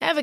Ever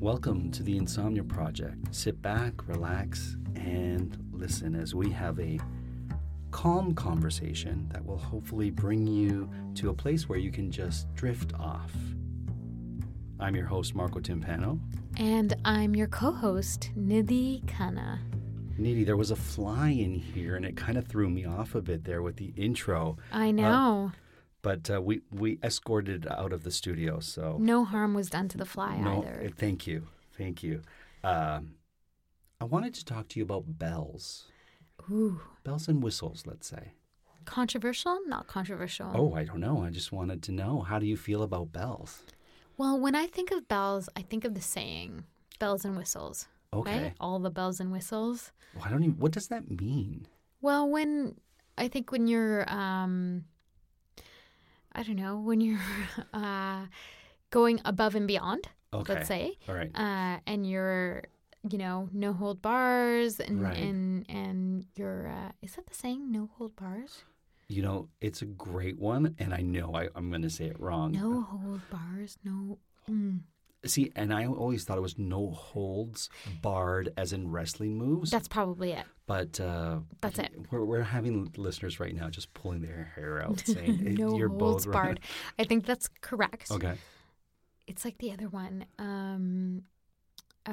Welcome to the Insomnia Project. Sit back, relax, and listen as we have a calm conversation that will hopefully bring you to a place where you can just drift off. I'm your host, Marco Timpano. And I'm your co host, Nidhi Khanna. Nidhi, there was a fly in here and it kind of threw me off a bit there with the intro, I know. but uh, we, we escorted it out of the studio, so. no harm was done to the fly No, either. uh, thank you. Thank you. Um, I wanted to talk to you about bells. Ooh. Bells and whistles, let's say. Controversial? Not controversial. Oh, I don't know. I just wanted to know how do you feel about bells? Well, when I think of bells, I think of the saying bells and whistles. Okay. Right? All the bells and whistles. Well, I don't even. What does that mean? Well, when I think when you're, um, I don't know, when you're uh, going above and beyond, Okay. let's say, All right. uh, and you're, you know, no hold bars, and Right. and and you're, uh, is that the saying, no hold bars? You know, it's a great one, and I know I, I'm going to say it wrong. No hold bars, no. Mm. See, and I always thought it was no holds barred, as in wrestling moves. That's probably it. But uh, That's it. We're, we're having listeners right now just pulling their hair out, saying no you're holds both right." barred. I think that's correct. Okay. It's like the other one. Um, uh,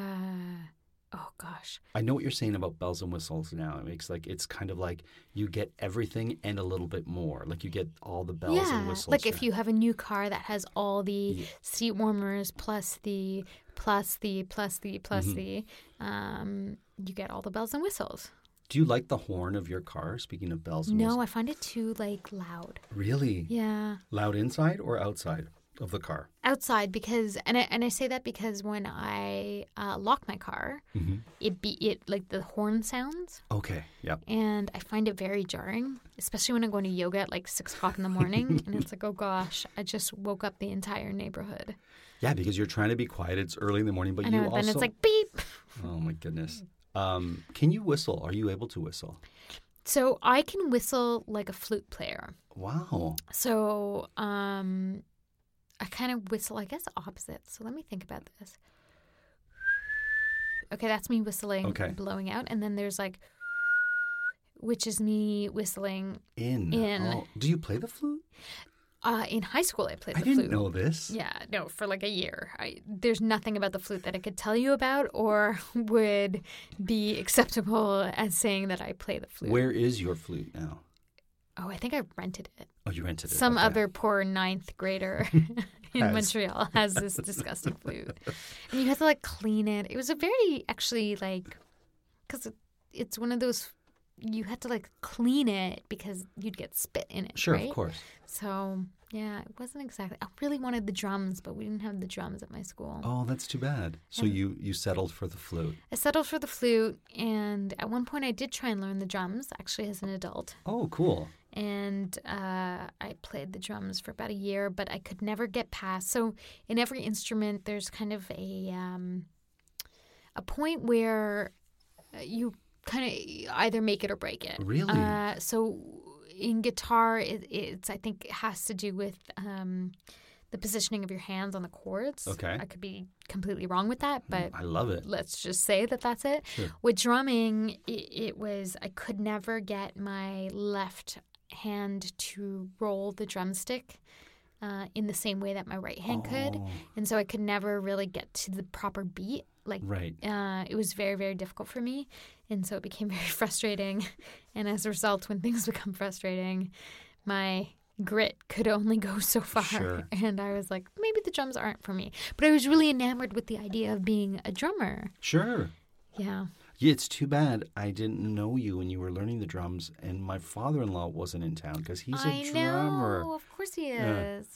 oh gosh. I know what you're saying about bells and whistles now. It makes like it's kind of like you get everything and a little bit more. Like you get all the bells yeah, and whistles. like if right? you have a new car that has all the Yeah. seat warmers plus the plus the plus the plus Mm-hmm. the, um, you get all the bells and whistles. Do you like the horn of your car? Speaking of bells and No, whistles. I find it too like loud. Really? Yeah. Loud inside or outside of the car? outside because and I, and I say that because when I uh, lock my car, Mm-hmm. it be it like the horn sounds, Okay. Yep. and I find it very jarring, especially when I'm going to yoga at like six o'clock in the morning, and it's like, oh gosh, I just woke up the entire neighborhood, Yeah, because you're trying to be quiet. It's early in the morning, but and you then also. it's like beep. oh my goodness. Um, can you whistle? Are you able to whistle? So I can whistle like a flute player. Wow. So um, I kind of whistle, I guess, opposite. So let me think about this. Okay, that's me whistling, Okay. blowing out, and then there's like, which is me whistling. In. In. Oh, do you play the flute? Uh, in high school, I played the I didn't flute. know this. Yeah, no, for like a year. I, there's nothing about the flute that I could tell you about or would be acceptable as saying that I play the flute. Where is your flute now? Oh, I think I rented it. Oh, you rented it. Some okay. other poor ninth grader in Has. Montreal has this disgusting flute, and you have to like clean it. It was a very actually like because it, it's one of those you had to like clean it because you'd get spit in it. Sure, right? of course. So yeah, it wasn't exactly. I really wanted the drums, but we didn't have the drums at my school. Oh, that's too bad. So And- you you settled for the flute. I settled for the flute, and at one point I did try and learn the drums actually as an adult. Oh, cool. and uh, I played the drums for about a year, but I could never get past. So in every instrument, there's kind of a um, a point where uh, you kind of either make it or break it. Really? Uh, so in guitar, it, it's I think it has to do with um, the positioning of your hands on the chords. Okay. Hmm, I could be completely wrong with that, but I love it. let's just say that that's it. Sure. With drumming, it, it was I could never get my left hand to roll the drumstick uh, in the same way that my right hand could, Oh, and so I could never really get to the proper beat. Like Right. uh, it was very very difficult for me, and so it became very frustrating. And as a result, when things become frustrating, my grit could only go so far Sure. and i was like maybe the drums aren't for me but i was really enamored with the idea of being a drummer Sure. yeah Yeah, it's too bad I didn't know you when you were learning the drums, and my father-in-law wasn't in town because he's a I drummer. know. Of course he Yeah. is.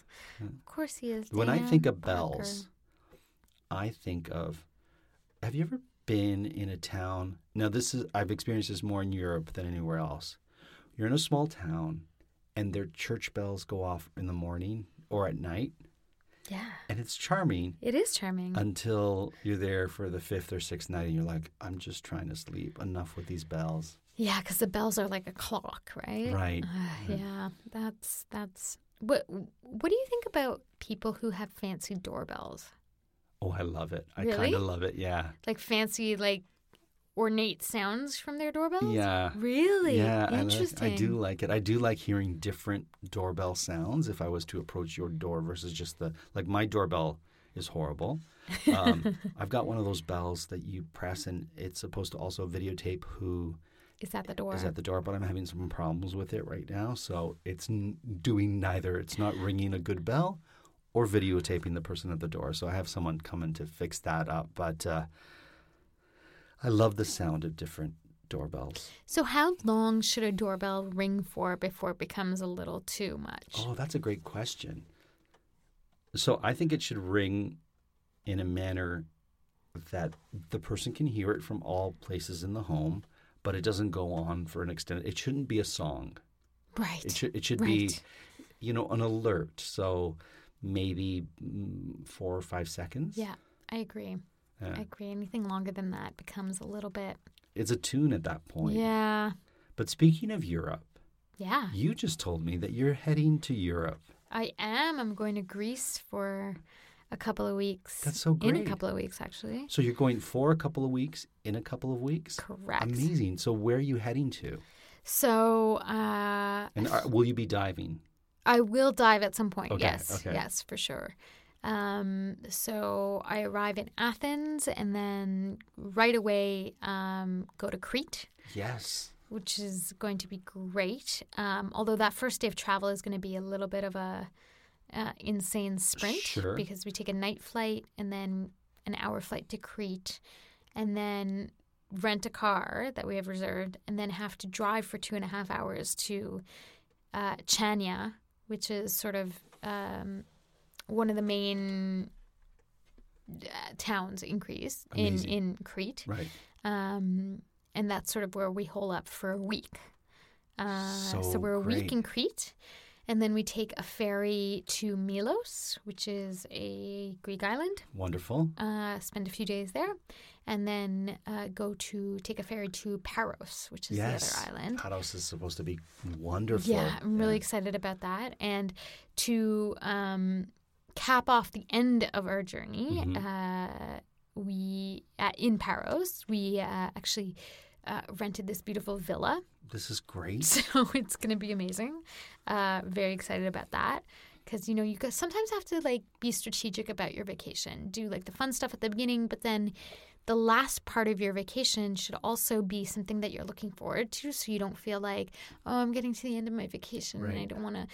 Of course he is. When I Dan think of Parker. bells, I think of. Have you ever been in a town? Now, this is I've experienced this more in Europe than anywhere else. You're in a small town, and their church bells go off in the morning or at night, yeah, and it's charming it is charming. until you're there for the fifth or sixth night, and you're like, "I'm just trying to sleep. Enough with these bells." yeah, because the bells are like a clock, right? Right. Mm-hmm. Ah, yeah, that's that's. What What do you think about people who have fancy doorbells, Oh, I love it. I Really? kind of love it. Yeah. like fancy like ornate sounds from their doorbells? Yeah. Really? Yeah, I like- Interesting. I, do like it. I do like hearing different doorbell sounds if I was to approach your door versus just the like my doorbell is horrible. Um, I've got one of those bells that you press and it's supposed to also videotape who Is that the door? is at the door, but I'm having some problems with it right now. So it's n- doing neither. It's not ringing a good bell or videotaping the person at the door. So I have someone coming to fix that up. But uh, I love the sound of different doorbells. so how long should a doorbell ring for before it becomes a little too much? Oh, that's a great question. So I think it should ring in a manner that the person can hear it from all places in the home, but it doesn't go on for an extended. It shouldn't be a song. right. It should it should be, Right. you know, an alert. So maybe mm, four or five seconds. Yeah, I agree. Yeah. I agree. Anything longer than that becomes a little bit. It's a tune at that point. Yeah. But speaking of Europe, Yeah. you just told me that you're heading to Europe. I am. I'm going to Greece for a couple of weeks. That's so In a great. couple of weeks, actually. So you're going for a couple of weeks, in a couple of weeks? Correct. Amazing. So where are you heading to? So uh, And are, will you be diving? I will dive at some point. Okay, Yes. okay. Yes, for sure. Um, so I arrive in Athens and then right away um, go to Crete. Yes. which is going to be great. Um, although that first day of travel is going to be a little bit of a uh, insane sprint Sure. because we take a night flight and then an hour flight to Crete, and then rent a car that we have reserved, and then have to drive for two and a half hours to uh, Chania, which is sort of um, one of the main uh, towns in Greece in, Amazing. in Crete Right. um, and that's sort of where we hole up for a week. Uh, so, So we're a great. week in Crete, and then we take a ferry to Milos, which is a Greek island. Wonderful. Uh, spend a few days there, and then uh, go to take a ferry to Paros, which is yes. the other island. Paros is supposed to be wonderful. Yeah, I'm really excited about that. And to um, cap off the end of our journey, uh, we uh, in Paros, we uh, actually uh, rented this beautiful villa. This is great. So Oh, it's going to be amazing. Uh, very excited about that. Because you know you guys sometimes have to like be strategic about your vacation. Do like the fun stuff at the beginning, but then the last part of your vacation should also be something that you're looking forward to, so you don't feel like oh I'm getting to the end of my vacation and I Right. don't want to.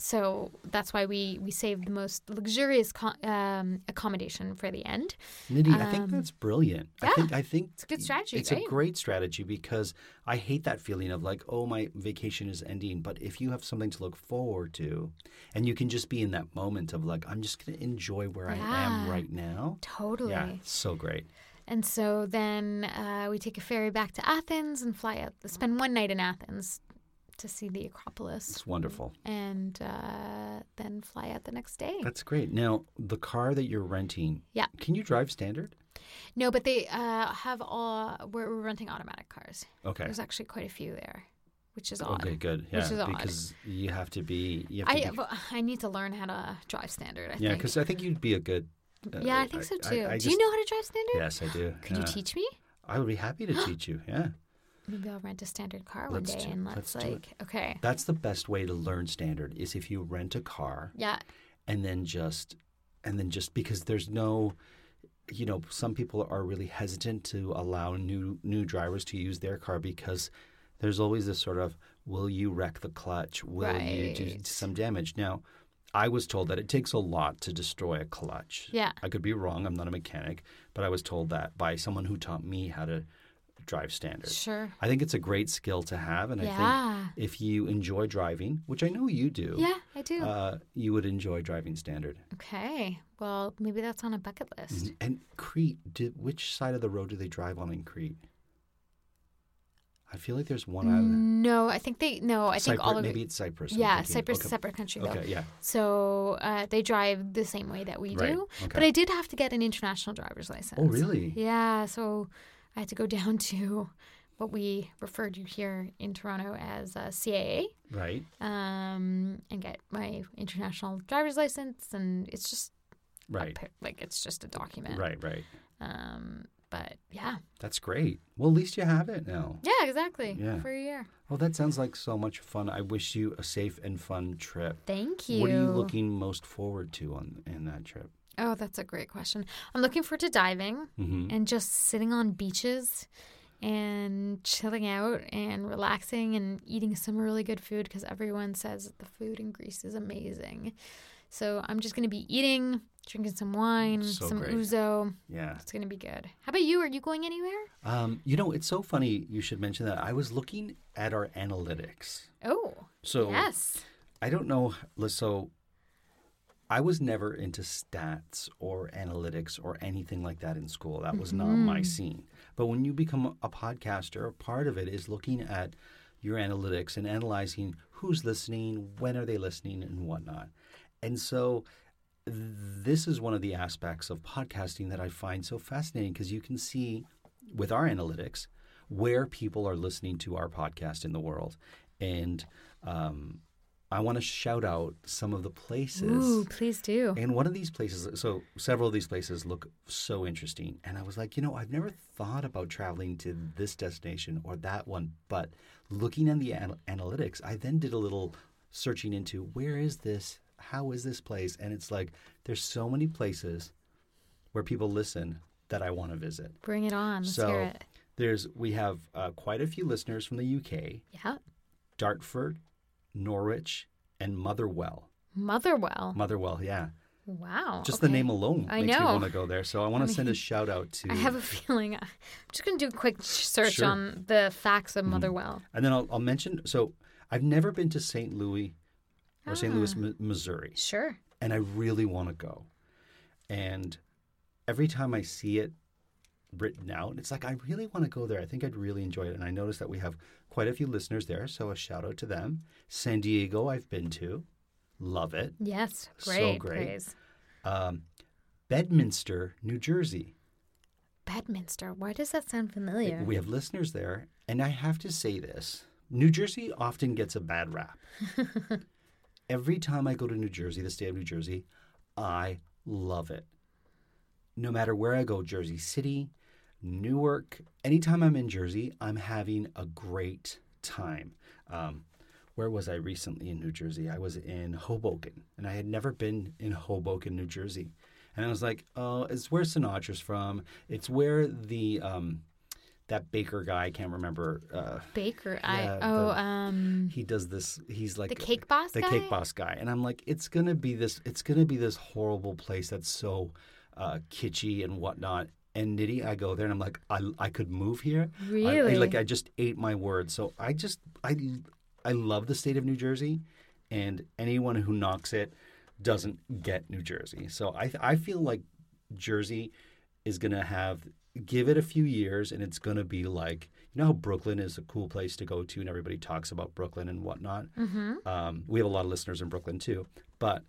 So that's why we we save the most luxurious co- um, accommodation for the end. Nitty, I think that's brilliant. I Um, yeah. think I think It's a good strategy, It's right? a great strategy because I hate that feeling of like, oh, my vacation is ending. But if you have something to look forward to, and you can just be in that moment of like, I'm just going to enjoy where I am Yeah. right now. Totally. Yeah, so great. And so then uh, we take a ferry back to Athens and fly out, spend one night in Athens to see the Acropolis, It's wonderful. and uh, then fly out the next day. That's great. Now, the car that you're renting, Yeah. can you drive standard? No, but they uh, have all, we're, we're renting automatic cars. Okay. There's actually quite a few there, which is odd. Okay, good. Yeah, Which is odd. because you have to be. You have to I be but I need to learn how to drive standard. I yeah, think. because I think you'd be a good. uh, yeah, I think so I- too. I do you just- know how to drive standard? Yes, I do. Could yeah. you teach me? I would be happy to teach you. Yeah, Maybe I'll rent a standard car one Let's day do- and let's let's, do it. like okay. that's the best way to learn standard is if you rent a car Yeah. and then just and then just because there's no you know some people are really hesitant to allow new new drivers to use their car because there's always this sort of will you wreck the clutch will you do Right. some damage now i was told that it takes a lot to destroy a clutch Yeah. i could be wrong i'm not a mechanic but i was told that by someone who taught me how to drive standard Sure. i think it's a great skill to have and i Yeah. think if you enjoy driving which i know you do Yeah, I do. uh, you would enjoy driving standard. okay. Well, maybe that's on a bucket list. And Crete, did, which side of the road do they drive on in Crete? I feel like there's one island. No, I think they no, Mm, I think Cypru- all of maybe it. it's Cyprus. I'm Yeah, thinking. Cyprus is Okay. a separate country though. Okay, yeah. So uh, they drive the same way that we Right, do. But okay. I did have to get an international driver's license. Oh, really? Yeah. So I had to go down to what we refer to here in Toronto as uh, CAA Right. um, and get my international driver's license. And it's just a Right. pa- like it's just a document. Right. Right. Um, but yeah. That's great. Well, at least you have it now. Yeah, exactly. Yeah. For a year. Well, that sounds like so much fun. I wish you a safe and fun trip. Thank you. What are you looking most forward to on in that trip? Oh, that's a great question. I'm looking forward to diving Mm-hmm. and just sitting on beaches and chilling out and relaxing and eating some really good food because everyone says that the food in Greece is amazing. So I'm just going to be eating, drinking some wine, So some great. ouzo. Yeah. It's going to be good. How about you? Are you going anywhere? Um, you know, it's so funny you should mention that. I was looking at our analytics. Oh, So yes. I don't know. l- So I was never into stats or analytics or anything like that in school. That was not my scene. But when you become a podcaster, part of it is looking at your analytics and analyzing who's listening, when are they listening, and whatnot. And so this is one of the aspects of podcasting that I find so fascinating because you can see with our analytics where people are listening to our podcast in the world. And um, I want to shout out some of the places. Ooh, please do. And one of these places, so several of these places look so interesting. And I was like, you know, I've never thought about traveling to this destination or that one. But looking at the an- analytics, I then did a little searching into where is this? How is this place? And it's like, there's so many places where people listen that I want to visit. Bring it on. Let's hear so it. there's, we have uh, quite a few listeners from the UK, Yeah. Dartford, Norwich, and Motherwell. Motherwell. Motherwell, yeah. Wow. Just the okay. name alone I makes know. me want to go there. So I want to send a shout out to. I have a feeling. I'm just going to do a quick search Sure. Mm-hmm. on the facts of Motherwell. and then I'll, I'll mention. So I've never been to St. Louis or St. Louis, Ah. Mi- Missouri, Sure. and I really want to go. And every time I see it written out, it's like I really want to go there. I think I'd really enjoy it. And I noticed that we have quite a few listeners there, so a shout out to them. San Diego, I've been to, love it. Yes. So Great. great. praise. Um, Bedminster, New Jersey. Bedminster. Why does that sound familiar? We have listeners there, and I have to say this New Jersey often gets a bad rap. Every time I go to New Jersey, the state of New Jersey, I love it. No matter where I go, Jersey City, Newark, anytime I'm in Jersey, I'm having a great time. Um, where was I recently in New Jersey? I was in Hoboken, and I had never been in Hoboken, New Jersey. And I was like, oh, it's where Sinatra's from. It's where the um, that baker guy, I can't remember. Uh, Baker. Yeah, I. Oh. the- um. he does this. He's like cake boss The guy? cake boss guy, and I'm like, it's gonna be this. It's gonna be this horrible place that's so uh, kitschy and whatnot. And nitty, I go there, and I'm like, I, I could move here. I- I- Really? like I just ate my words. So I just I I love the state of New Jersey, and anyone who knocks it doesn't get New Jersey. So I I feel like Jersey is gonna have give it a few years and it's gonna be like you know how Brooklyn is a cool place to go to and everybody talks about Brooklyn and whatnot. Um, we have a lot of listeners in Brooklyn too, but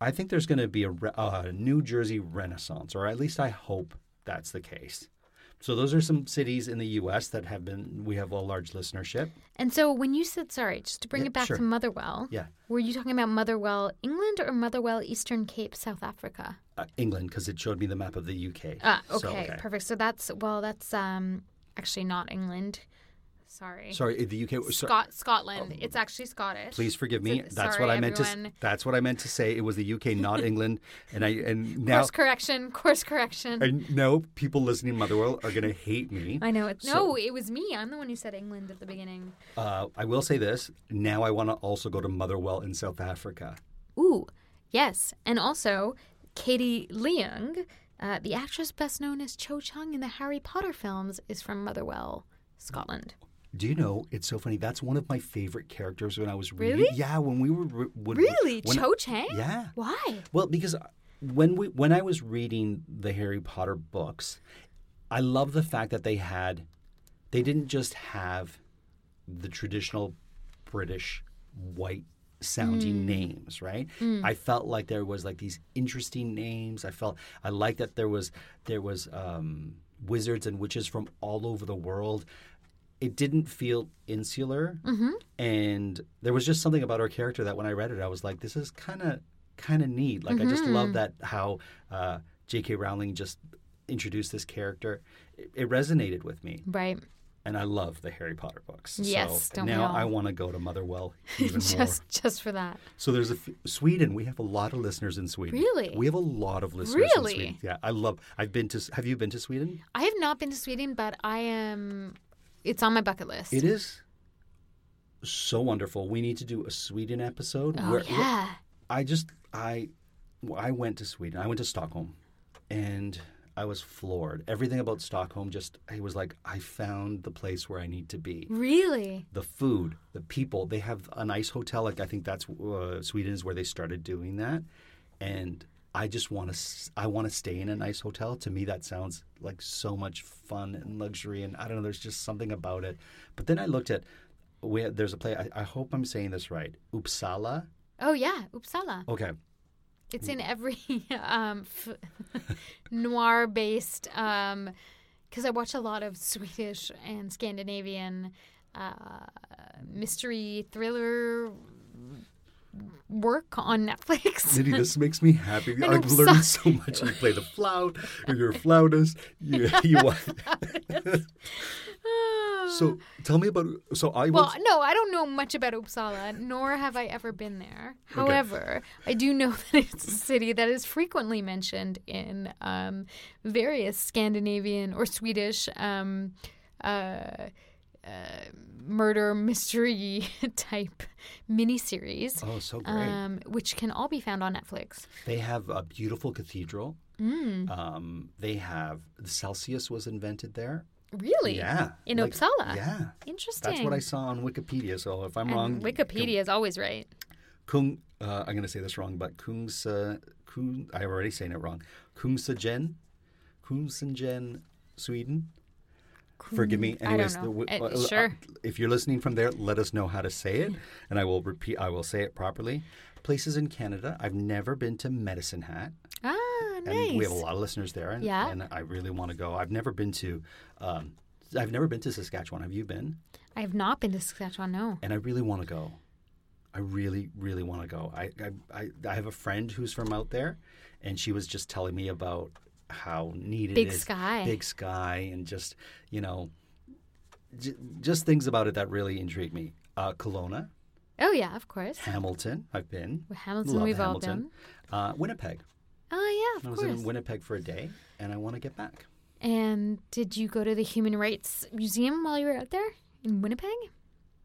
I think there's going to be a re- uh, New Jersey renaissance, or at least I hope that's the case. So those are some cities in the U.S. that have been we have a large listenership. And so when you said, sorry, just to bring Yeah, it back sure. to Motherwell, Yeah. were you talking about Motherwell, England, or Motherwell, Eastern Cape, South Africa? Uh, England, because it showed me the map of the U.K. Ah, okay, So, perfect. So that's, well, that's um, actually not England. Sorry. Sorry, the U.K. so- Um, Scot- Scotland. it's actually Scottish. Please forgive So- me. That's sorry, what I meant to. everyone. s- That's what I meant to say. It was the UK, not England. And I and now course correction, course correction. I know people listening to Motherwell are gonna hate me. I know it's So- no, it was me. I'm the one who said England at the beginning. Uh, I will say this. Now I want to also go to Motherwell in South Africa. Ooh, yes, and also Katie Leung, uh, the actress best known as Cho Chung in the Harry Potter films, is from Motherwell, Scotland. Do you know? It's so funny. That's one of my favorite characters when I was reading. Really? Yeah, when we were re- would, Really, when I- Cho Chang? Yeah. Why? Well, because uh, when we when I was reading the Harry Potter books, I love the fact that they had they didn't just have the traditional British white sounding names, right? I felt like there was like these interesting names. I felt I liked that there was there was um, wizards and witches from all over the world. It didn't feel insular, and there was just something about her character that when I read it, I was like, "This is kind of kind of neat." Like I just love that how uh, J.K. Rowling just introduced this character. It, it resonated with me Right. and I love the Harry Potter books. Yes, so don't we now all? I want to go to Motherwell even just more. just for that. So there's a f- Sweden. We have a lot of listeners in Sweden. Really? we have a lot of listeners Really? in Sweden. Yeah, I love. I've been to. S- Have you been to Sweden? I have not been to Sweden, but I am. It's on my bucket list. It is so wonderful. We need to do a Sweden episode. Oh Where- where- yeah. I just I well, I went to Sweden. I went to Stockholm, and I was floored. Everything about Stockholm just I was like I found the place where I need to be. Really? the food, the people. They have a nice hotel. Like I think that's uh, Sweden is where they started doing that, and I just want to. I want to stay in a nice hotel. To me, that sounds like so much fun and luxury. And I don't know. There's just something about it. But then I looked at. We, there's a place. I, I hope I'm saying this right. Uppsala. Oh yeah, Uppsala. Okay. It's in every um, f- noir based, because I watch a lot of Swedish and Scandinavian uh, mystery thriller work on Netflix. Nitty, this makes me happy. know, I've I'm learned so much. You play the flout. You're a flautist. You, you, so tell me about. So I Well, went, no, I don't know much about Uppsala, nor have I ever been there. However, I do know that it's a city that is frequently mentioned in um, various Scandinavian or Swedish um, uh, uh, murder mystery type miniseries, Oh, so great. um, which can all be found on Netflix. They have a beautiful cathedral. Mm. Um, they have the Celsius was invented there. Really? Yeah, In like- Uppsala. Yeah, Interesting. that's what I saw on Wikipedia. So if I'm And wrong, Wikipedia is always right. Kung, uh, I'm going to say this wrong, but Kungsa, Kung, I'm already saying it wrong. Kungsagen, Kungsagen, Sweden. Forgive me. I don't Anyways, know. the wi- Uh, uh, uh, sure. if you're listening from there, let us know how to say it, and I will repeat. I will say it properly. Places in Canada. I've never been to Medicine Hat. Ah, nice. and we have a lot of listeners there and, Yeah. and i really want to go i've never been to um, i've never been to saskatchewan have you been I have not been to Saskatchewan, no. and i really want to go i really really want to go I, I, I, I have a friend who's from out there and she was just telling me about how neat Big it is sky. big sky and just you know j- just things about it that really intrigue me uh, Kelowna, Oh yeah, of course. Hamilton, I've been. Well, Hamilton, Love we've all Hamilton. Uh, Winnipeg. Oh yeah, I of was course. in Winnipeg for a day, and I want to get back. and did you go to the Human Rights Museum while you were out there in Winnipeg?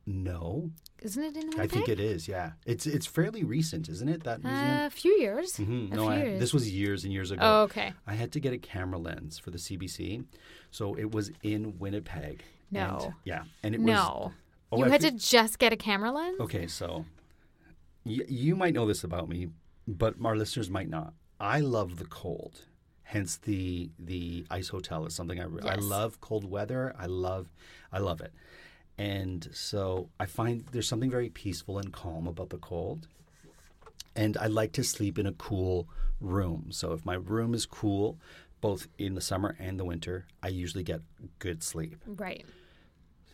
No, Isn't it in Winnipeg? I think it is. Yeah, it's it's fairly recent, isn't it? That museum. Uh, a few years. Mhm. A No, few I, years. this was years and years ago. Oh, okay. I had to get a camera lens for the CBC, so it was in Winnipeg. and- No. yeah, and it was. No, Oh, you I had fe- to just get a camera lens. Okay, so y- you might know this about me, but our listeners might not. I love the cold. Hence the the ice hotel is something I re- I Yes. love cold weather. I love I love it. And so I find there's something very peaceful and calm about the cold. And I like to sleep in a cool room. So if my room is cool, both in the summer and the winter, I usually get good sleep. Right.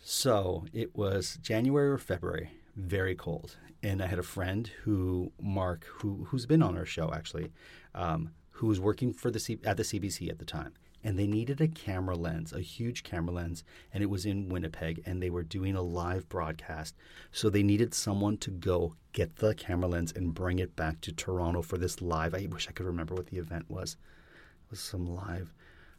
So it was January or February, very cold, and I had a friend who Mark, who who's been on our show actually, um, who was working for the C- at the CBC at the time, and they needed a camera lens, a huge camera lens, and it was in Winnipeg, and they were doing a live broadcast, so they needed someone to go get the camera lens and bring it back to Toronto for this live. I wish I could remember what the event was. It was some live.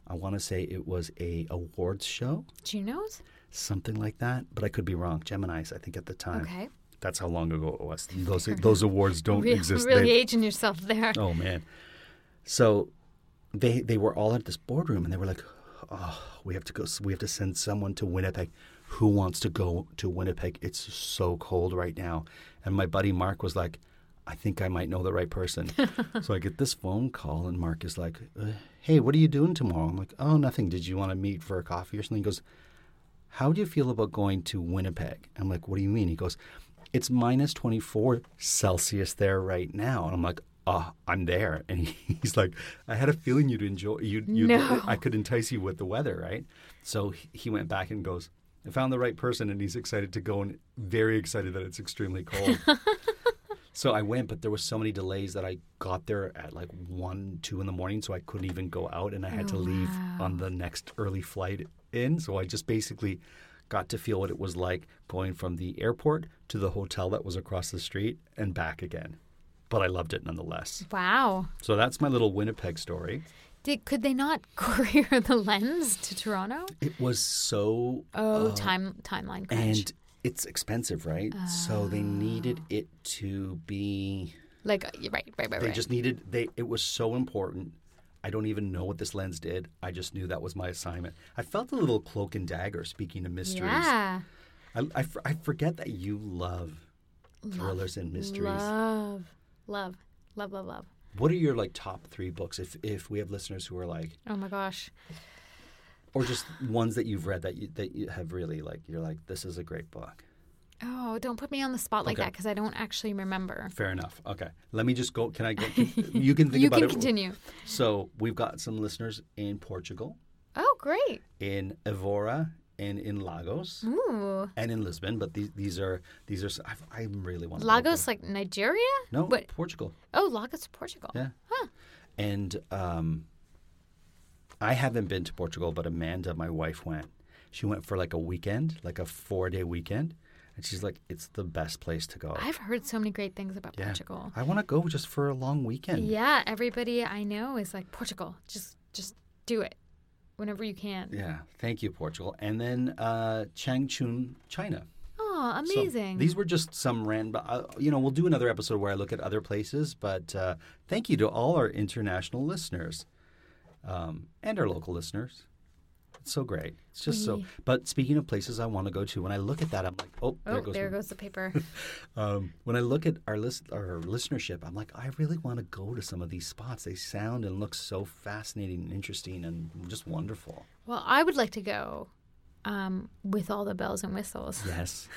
I want to say it was a awards show Junos? something like that. But I could be wrong. Gemini's, I think, at the time. Okay. That's how long ago it was. Those those awards don't Real, exist. really They- aging yourself there. oh man. So they they were all at this boardroom and they were like, oh, we have to go. We have to send someone to Winnipeg. Who wants to go to Winnipeg? It's so cold right now. And my buddy Mark was like, I think I might know the right person. so I get this phone call and Mark is like, uh, Hey, what are you doing tomorrow? I'm like, Oh, nothing. Did you want to meet for a coffee or something? He goes, how do you feel about going to Winnipeg? I'm like, what do you mean? He goes, it's minus 24 Celsius there right now. And I'm like, oh, I'm there. And he- he's like, I had a feeling you'd enjoy, you'd, you'd No. I could entice you with the weather, right? So he he went back and goes, I found the right person and he's excited to go and very excited that it's extremely cold. so I went, but there were so many delays that I got there at like one, two in the morning. So I couldn't even go out and I had to leave on the next early flight in. So I just basically got to feel what it was like going from the airport to the hotel that was across the street and back again. But I loved it nonetheless. Wow. So that's my little Winnipeg story. Did, could they not courier the lens to Toronto? It was so Oh, time timeline crunch. and it's expensive, right? So they needed it to be like uh, right, right, right, they right. just needed they it was so important. I don't even know what this lens did. I just knew that was my assignment. I felt a little cloak and dagger speaking of mysteries. yeah. I, I, f- I forget that you love thrillers and mysteries. Love, love, love, love, love. What are your like top 3 books if if we have listeners who are like Oh my gosh. or just ones that you've read that you that you have really like you're like this is a great book. Oh, don't put me on the spot like Okay. that because I don't actually remember. Fair enough. Okay. Let me just go can I go you can think You about can it. continue. So we've got some listeners in Portugal, Oh, great. in Evora, and in Lagos, Ooh. and in Lisbon. But these these are these are s- I've, I really want to go Lagos, to- like Nigeria? No, What? Portugal. Oh, Lagos, Portugal. Yeah. And um, I haven't been to Portugal, but Amanda, my wife, went. She went for like a weekend, like a four day weekend, and she's like, "It's the best place to go." I've heard so many great things about Oh. yeah. Portugal. I want to go just for a long weekend. Yeah, everybody I know is like Portugal. Just, just do it, whenever you can. Yeah. Thank you, Portugal. And then uh, Changchun, China. Oh, So amazing. these were just some random. Uh, you know, we'll do another episode where I look at other places. But uh, thank you to all our international listeners um, and our local listeners. It's so great. It's just so. We- But speaking of places I want to go to, when I look at that, I'm like, oh, oh, there goes. my- the paper. Um, when I look at our list, our listenership, I'm like, I really want to go to some of these spots. They sound and look so fascinating and interesting and just wonderful. well, I would like to go um, with all the bells and whistles. Yes.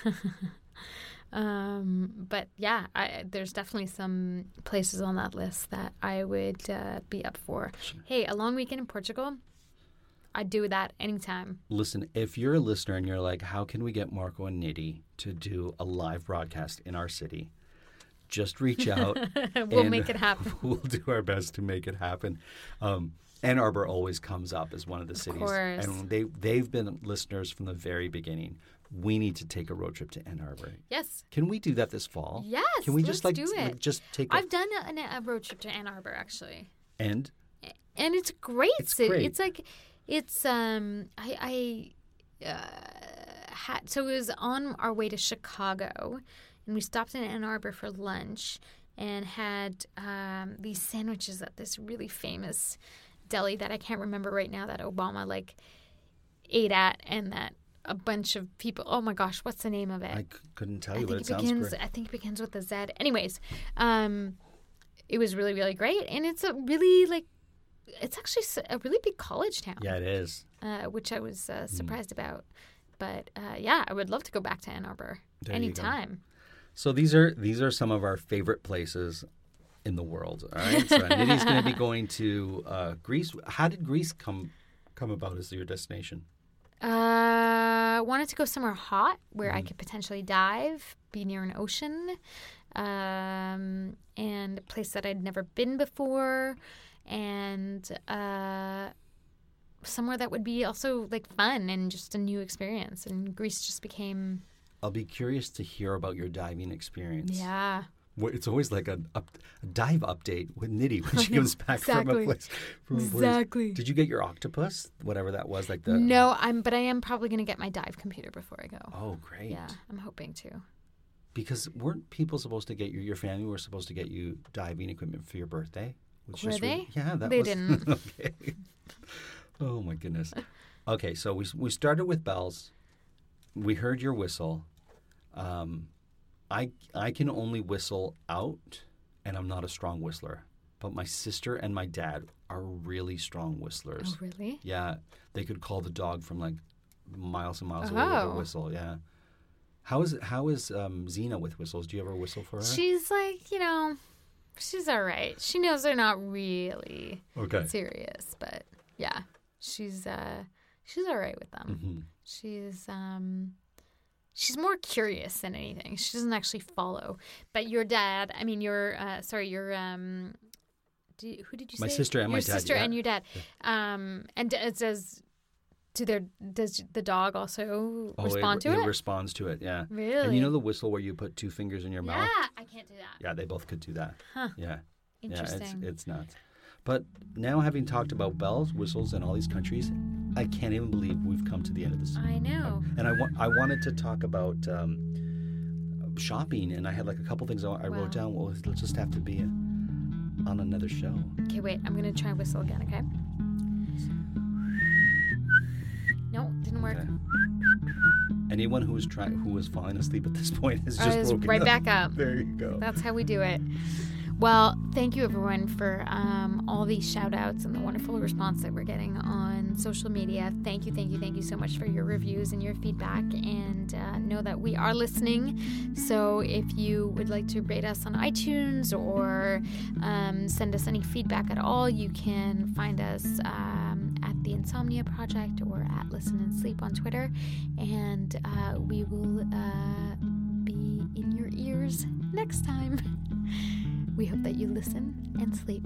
Um, but yeah, I, there's definitely some places on that list that I would uh, be up for. Hey, a long weekend in Portugal, I'd do that anytime. Listen, if you're a listener and you're like, how can we get Marco and Nitty to do a live broadcast in our city? Just reach out. We'll and make it happen. We'll do our best to make it happen. Um, Ann Arbor always comes up as one of the cities, course. and they they've been listeners from the very beginning. We need to take a road trip to Ann Arbor. Yes. Can we do that this fall? Yes. Can we just like let's do t- it? just take a I've done a, an- a road trip to Ann Arbor actually, and and it's a great It's city. great. It's like, it's um, I I uh, had so it was on our way to Chicago, and we stopped in Ann Arbor for lunch and had um, these sandwiches at this really famous deli that I can't remember right now that Obama like ate at and that a bunch of people. Oh my gosh, what's the name of it? I c- couldn't tell I you, think but it, it sounds begins. great. I think it begins with a Z. Anyways, um, it was really really great, and it's a really like, it's actually s- a really big college town, Yeah, Mm. it is. uh, which I was uh, surprised about. But uh, yeah, I would love to go back to Ann Arbor There you go. anytime. So these are these are some of our favorite places in the world. All right, so Nidhi's going to be going to uh, Greece. How did Greece come come about as your destination? Uh, wanted to go somewhere hot where I could potentially dive, be near an ocean, um, and a place that I'd never been before, and uh, somewhere that would be also like fun and just a new experience. And Greece just became I'll be curious to hear about your diving experience. yeah. Wh- It's always like an up, a dive update with Nitty when she comes back from a exactly. place. From a place- Exactly. Did you get your octopus, whatever that was, like the? No, I'm but I am probably gonna get my dive computer before I go. Oh, great. Yeah, I'm hoping to. Because weren't people supposed to get you? Your family were supposed to get you diving equipment for your birthday. Which Were is re- they? yeah, that They was, didn't. okay. Oh my goodness. Okay, so we we started with bells. We heard your whistle. Um, I I can only whistle out, and I'm not a strong whistler. But my sister and my dad are really strong whistlers. Oh really? Yeah, they could call the dog from like miles and miles away with a Oh. whistle. Yeah. How is how is um, Zena with whistles? Do you ever whistle for her? She's like, you know, she's all right. She knows they're not really okay. serious, but yeah, she's uh, she's all right with them. Mhm. She's um, she's more curious than anything. She doesn't actually follow. But your dad, I mean, your uh, sorry, your um, do you- who did you My say? sister and my your dad, sister yeah. and your dad. Um, and d- it says, do their does the dog also Oh, respond it, to it? responds to it. Yeah. And Really? you know the whistle where you put two fingers in your yeah, mouth? I can't do that. Yeah, they both could do that. Huh. Yeah. Yeah, Interesting. it's it's nuts. But now having talked about bells, whistles, and all these countries, I can't even believe we've come to the end of this. I know. And I, wa- I wanted to talk about um, shopping, and I had like a couple things I, I Wow. wrote down. Well, it'll just have to be on another show. Okay, wait. I'm gonna try whistle again. Okay. No, didn't work. Okay. Anyone who was trying, who was falling asleep at this point is I just was woken Uh, right up. back up. There you go. That's how we do it. Well, thank you everyone for um, all these shout outs and the wonderful response that we're getting on social media. Thank you, thank you, thank you so much for your reviews and your feedback. And uh, know that we are listening. So if you would like to rate us on iTunes or um, send us any feedback at all, you can find us um, at The Insomnia Project or at Listen and Sleep on Twitter. And uh, we will uh, be in your ears next time. We hope that you listen and sleep.